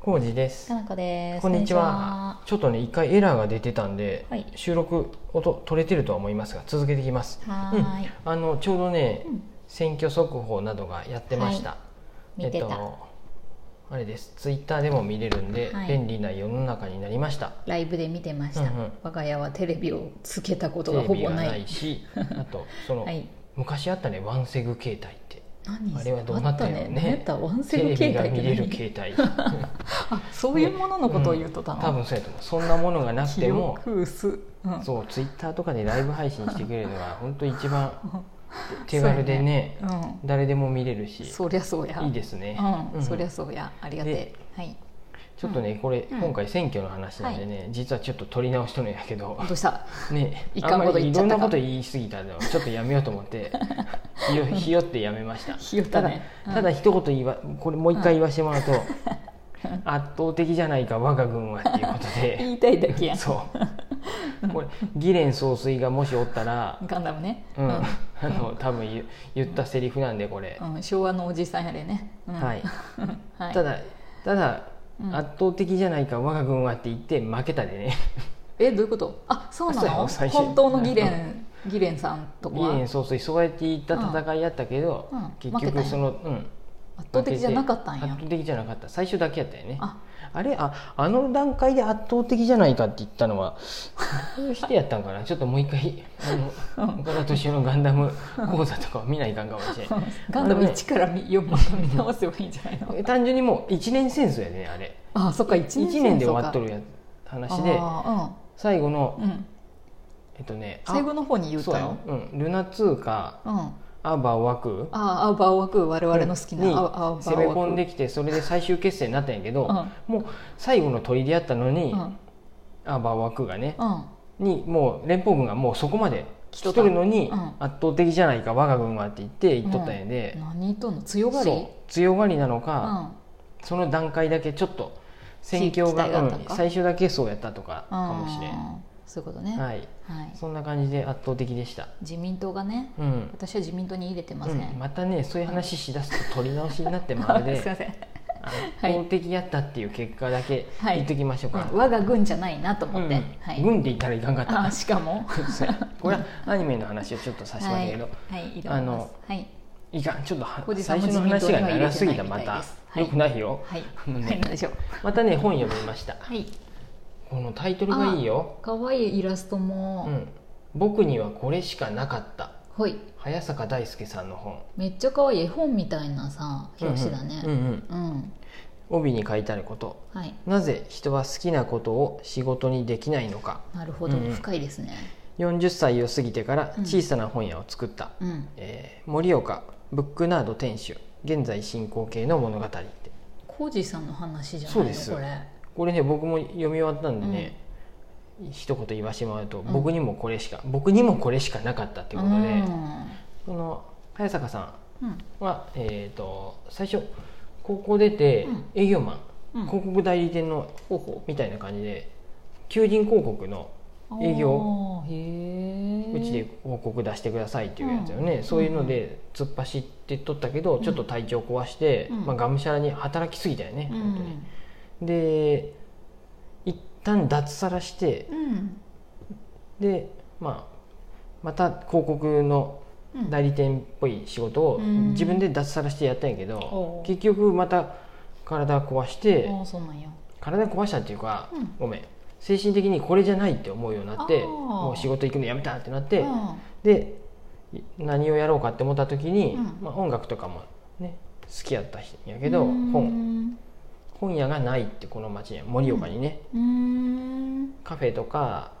コウジですか。なこです。こんにちは。ちょっとね一回エラーが出てたんで、はい収録音取れてるとは思いますが続けていきます。こんにちは。はーい。あのちょうどね、うん選挙速報などがやってました。見てたえっとあれです。ツイッターでも見れるんで、はい便利な世の中になりました。ライブで見てました、うんうん我が家はテレビをつけたことテがレほビぼがない。ない し、あとその、はい。昔あったねワンセグ携帯って。何あれはどうなったんやろうねあったね。何やったワンセテグレ携ビ帯がって見何れる携帯。あ そういうもののことを言うとたの。多分そうやと思う。そんなものがなく記ても。憶薄。うんそうツイッターとかでライブ配信してくれるの が本当一番手軽でねそうやね誰でも見れるうしん。そりゃそうや。いいですね、ううん、んそりゃそうや。ありがてでえ。はい。ちょっとねこれ、うん今回選挙の話なんでね、実はちょっと取り直しとるんやけ どどうした。ねいあかんんまことり言いっちゃろっんたなかこと言い過ぎたのちょっとやめようと思って ひよひよってやめましたひよったね。ただただ一言言わこれもう一回言わせてもらうと、圧倒的じゃないか我が軍はっていうことうんで言いたいだけやん。そうこれ議連総帥がもしおったらガンダムね。うん、 あの多分言言ったセリフなんでこれ、うん、昭和のおじさんやでね、うんはい はい、ただただ、うん圧倒的じゃないか我が軍はって言って負けたでねえどういうことあそうなそうやのろ最初本当のギレンギレンさんとかイエレンは総帥そうやって言った戦いやったけど、うんうん結負けたん局やその、うん、圧倒的じゃなかったん圧や倒的じゃなかった最初だけやったよねああれああの段階で圧倒的じゃないかって言ったのはどうしてやったんかなちょっともう一回あの岡田敏夫のガンダム 講座とかを見ないかんかもしれない ガンダムあのね1から見よまた見直せばいいんじゃないの単純にもう一年戦争やでねあれあそっか1 1年年で終わっとるるや話であ最後ーのうんうん、えっとねあ最後の方に言ったそうやのよ、うん、ルナ2かうん、あアーバーワクあーバーワク我々の好きな、にああバーワク攻め込んできてそれで最終決戦になったんやけど、もう最後の砦やったのうに、んうんアーバーワクがねうんにもう連邦軍がもうそこまで来とるのに、うん圧倒的じゃないか我が軍はって言って言っとったんやで、何言っとんの強がりそう強がりなのうか、んその段階だけちょっと戦況が期待があったかうん最初だけそうやったとかかもしれん、あーそういうことね、はい、はい、そんな感じで圧倒的でした自民党がねうん私は自民党に入れてません、うん、またねそういう話しだすと取り直しになってまる すいまでせん、あの公的やったっていう結果だけはい言っときましょうか、うん我が軍じゃないなと思って、うんはい、軍って言ったらいかんかっあたしかもそうや これはアニメの話をちょっとさせてもらはういけど、はいいろあいろのはいい、かんちょっとは小路さん最も初の話が長すぎた自ま民党には入れてないみたいたです、はいよくないよはい、あのねはい、なんでしょうまたね本読みましたはいこのタイトルがいいよ可愛いイラス「トうも、ん、僕にはこれしかなかったほい」早坂大輔さんの本めっちゃ可愛い絵本みたいなさ表紙だねうんうんうんうん、うん、帯に書いてあることはいなぜ人は好きなことを仕事にできないのかなるほど、うんうん深いですね40歳を過ぎてからうん小さな本屋を作った、うんえー盛岡ブックナード店主現在進行形の物語って浩二さんの話じゃなそいうのですこれこれね僕も読み終わったんでね、一言言わせてもらうと、ん僕にもこれしか僕にもこれしかなかったっていうことで、うんその早坂さうんんは、えー、と最初高校出てうん営業マン、うん広告代理店のほうほみたいな感じで求人広告のう営業あーへえうちで広告出してくださいっていうやつよね、そういうので突っ走ってっとったけど、ちょっと体調壊して、うんまあ、がむしゃらに働きすぎたよね、うん本当にで一旦脱サラしてうんで、まあ、また広告のうん代理店っぽい仕事をうん自分で脱サラしてやったんやけおど、う結局また体壊してああそうなんや体壊したっていうか、うんごめん精神的にこれじゃないって思うようになってあーもう仕事行くのやめたってなって。うんでい何をやろうかって思った時に、うんまあ、音楽とかもね好きやったんやけどうーん本本屋がないってこの町には盛岡にね、うーんカフェとか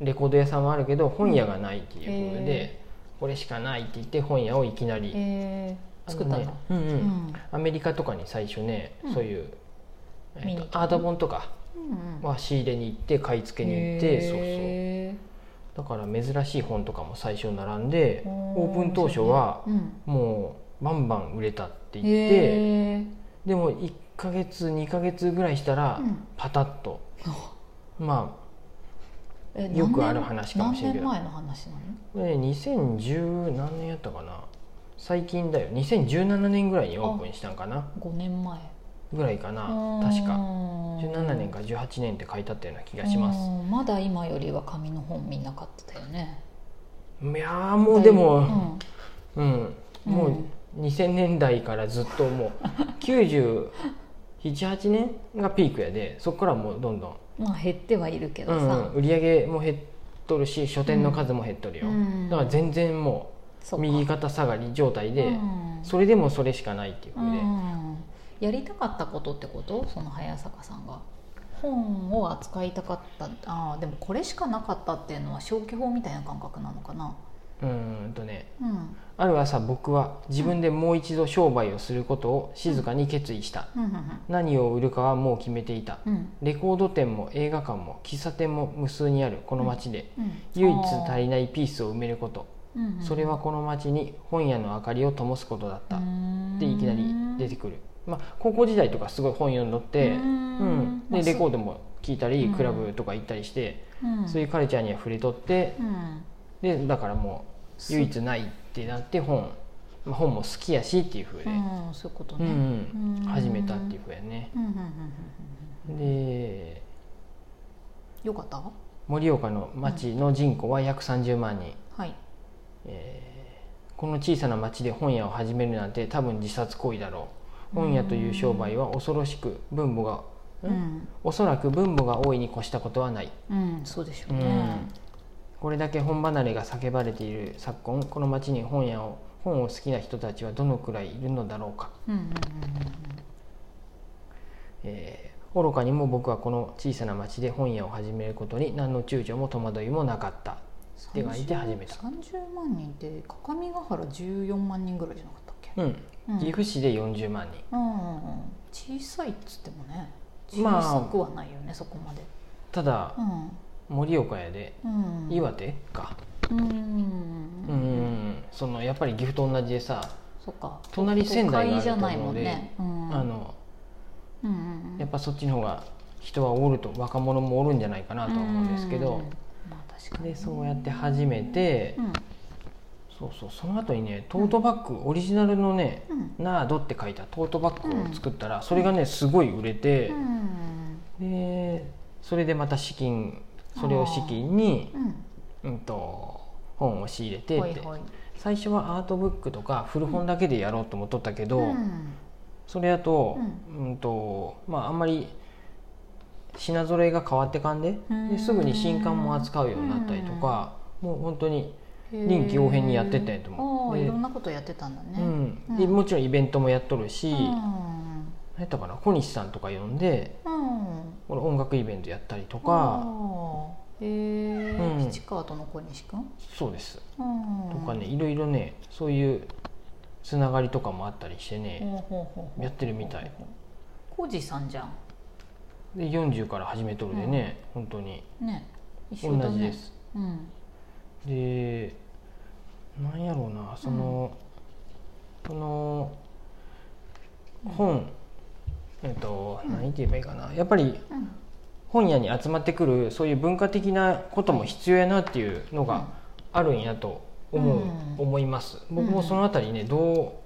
レコード屋さんもあるけど本屋がないっていうことで、これしかないって言って本屋をいきなり、えー、作ったあんのだね、うんうんうんアメリカとかに最初ね、うんそういう、えっと見に行ったアート本とかうんは仕入れに行って買い付けに行って、そうそうだから珍しい本とかも最初並んでオープン当初はう、ん、もうバンバン売れたって言ってへーでも1ヶ月2ヶ月ぐらいしたらうんパタッと、まえよくある何年話かもしれんけど何年前の話なのあこれね2010何年やったかな最近だよ2017年ぐらいにオープンしたんかな5年前ぐらいかな確か17年か18年って書いてあったような気がしますうんまだ今よりは紙の本見なかったよねいやーもうでも、うんうん、もう2000年代からずっともう978年がピークやでそこからもうどんどん、まあ減ってはいるけうどんうんさ、売り上げも減っとるし書店の数も減っとるよ、うんだから全然もそううか右肩下がり状態で、うんそれでもそれしかないっていううので、んやりたかったことってことその早坂さんが本を扱いたかったあーでもこれしかなかったっていうのは消去法みたいな感覚なのかなうんうんとねうんある朝僕は自分でもう一度商売をすることを静かに決意した、うん何を売るかはもう決めていた、うんうんレコード店も映画館も喫茶店も無数にあるこの街で、うん唯一足りないピースを埋めることうんうんそれはこの町に本屋の明かりを灯すことだったでいきなり出てくる、まあ、高校時代とかすごい本読んどって、ううんん、まあでレコーそドも聴いたりうんクラブとか行ったりしてうんそういうカルチャーには触れとってうんでだからもう唯一ないってなって本、まあ、本も好きやしっていう風で、うんそういうことうねんうん、うん始めたっていう風やねうんうんうんうんうんでよかった盛岡の町の人口は約30万人、はいえーこの小さな町で本屋を始めるなんて多分自殺行為だろう本屋という商売は恐ろしく分母が、うんおそらく分母が大いに越したことはない、うんそうでしょううんねこれだけ本離れが叫ばれている昨今この町に本屋を本を好きな人たちはどのくらいいるのだろうか、うんうんうんえー愚かにも僕はこの小さな町で本屋を始めることに何の躊躇も戸惑いもなかった手が空いて始めた30万人って各務原14万人ぐらいじゃなかったっけうんうん岐阜市で40万人うんうんうん小さいっつってもね小まあさくはないよね、そこまでただう盛岡やでんうん岩手かうんうんううんうんんううんんそのやっぱり岐阜と同じでさ、そっか隣仙台があると思うので都会じゃないもんねうんあのうんうんうんやっぱそっちの方が人はおると若者もおるんじゃないかなとは思うんですけうどん、まあ確かにでそうやって始めて、うんそうそうその後にねトートバッグオリジナルのねうん「ナード」って書いたトートバッグを作ったらそれがねすごい売れてう、んでそれでまた資金それを資金に、うんうん、と本を仕入れてほっいてほい最初はアートブックとか古本だけでやろうと思っとったけど、うんそれやと,、うんとまあ、あんまり品揃えが変わってかんでうんですぐに新刊も扱うようになったりとかもう本当に、臨機応変にやってったんやと思うああでいろんなことやってたんだねうんうんでもちろんイベントもやっとるし、うん何やったかな小西さんとか呼んでうんこれ音楽イベントやったりとか、へえうんピチカートの小西くんそうです、うんとかねいろいろねそういうつながりとかもあったりしてね、ほうほうほうほうやってるみたい浩二さんじゃんで40から始めとるでね、本当にね一緒同だじねです。うんでなんやろうなその、この本えっと、何て言えばいいかなやっぱりうん本屋に集まってくるそういう文化的なことも必要やなっていうのがあるんやと思う、うん思います僕もそのあたりねど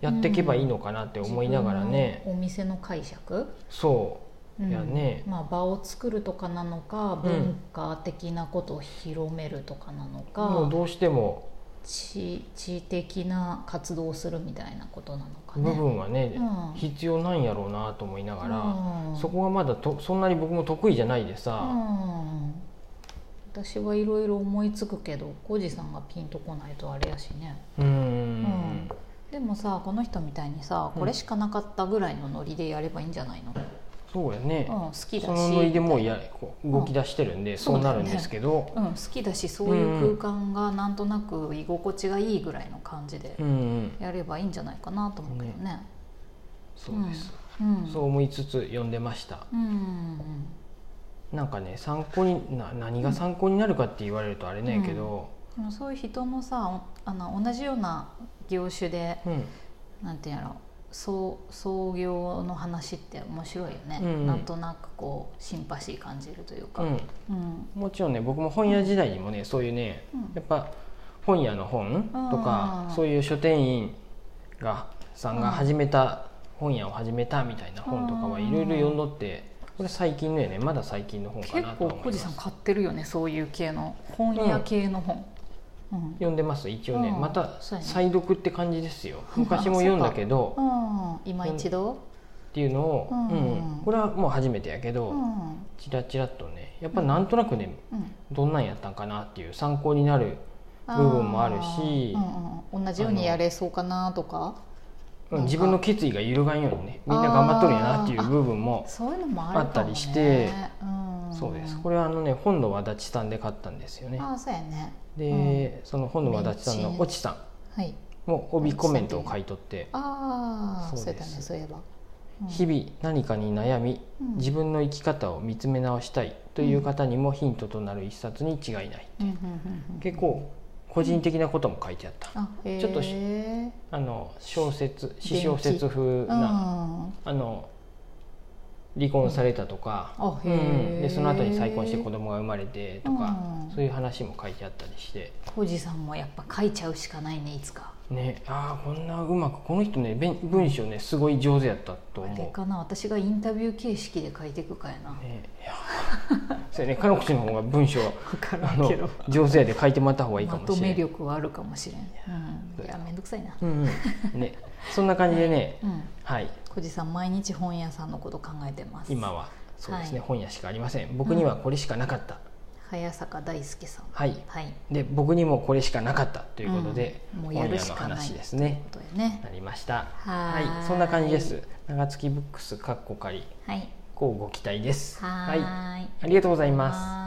うやっていけばいいのかなって思いながらね、自分のお店の解釈そうんいやねまあ、場を作るとかなのかん文化的なことを広めるとかなのうもかう、どうしても知知的な活動をするみたいなことなのか部ね。分はねうん必要なんやろうなと思いながら。うんそこがまだとそんなに僕も得意じゃないでうさ、ん私はいろいろ思いつくけど浩二さんがピンとこないとあれやしね、うん、うんでもさこの人みたいにさこれしかなかったぐらいのノリでやればいいんじゃないの、うそうやね、ん、好きだしそのノリでもうみたいなやこう動き出してるんで、そうなるんですけどうん、好きだしそういう空間がなんとなく居心地がいいぐらいの感じでうん、うん、やればいいんじゃないかなと思うけどね。そうです、うん、そう思いつつ読んでましたうん、うんなんかね参考にな何が参考になるかって言われるとあれねんけど、でもそういう人のさおあの同じような業種でうんなんていうんやろ創創業の話って面白いよね、うんうんなんとなくこうシンパシー感じるというか。うんうんもちろんね僕も本屋時代にもねそういうねうんやっぱ本屋の本とかあーそういう書店員がさんが始めた本屋を始めたみたいな本とかはいろいろ読んどってこれ最近のやねまだ最近の本か結なと構は思小いま路さんす買ってるよねそういう系の本屋系の本、うん読んでます一応ねうんまたそうやね再読って感じです ようん昔も読んだけどうん、今一度、っていうのを、うんうんこれはもう初めてやけうど、んチラチラっとねやっぱなんとなくねうん、どんなんやったんかなっていう参考になる部分もあるしあーうんうん、同じようにやれそうかなとかうんなんか自分の決意が揺るがんようにねみんな頑張っとるんやなっていう部分もそういうのもあるかあったも、ね、りして、うん、そうですこれはあのね本の和立さんで買ったんですよねああそうやねで、その本の和立さんめっのちゃ越智さんはいも帯コメントを書いとってああそそううでやったすねそういえば、うん日々何かに悩みうん自分の生き方を見つめ直したいという方にもヒントとなる一冊に違いないうんうんうんうん結構個人的なことも書いてあったあえー、ちょっとししあの小説詩小説風なうんあの離婚されたとか、あうへんーでその後に再婚して子供が生まれてとか、うんそういう話も書いてあったりして、小路さんもやっぱ書いちゃうしかないねいつかね、ああこんなうまくこの人ねべん文章ねすごい上手やったとあ思れう。かな私がインタビュー形式で書いていくかやな、ね、いやそうやね彼口の方が文章分あからんのけど上手やで書いてもらった方がいいかまもとしれなめい。力はあるかもしれん、うん、いやめんどくさいな、うんうんね、そんな感じでね、うん、はい、小路さん毎日本屋さんのこと考えてます今はそうですね、は本屋しかありません。僕にはこれしかなかった。早坂大輔さんはい、はいで僕にもこれしかなかったということで、うんもうや今る夜しのかない話ですねことよねなりましたはーいそんな感じです長月ブックスかっこかりはいこうご期待ですはーいありがとうございます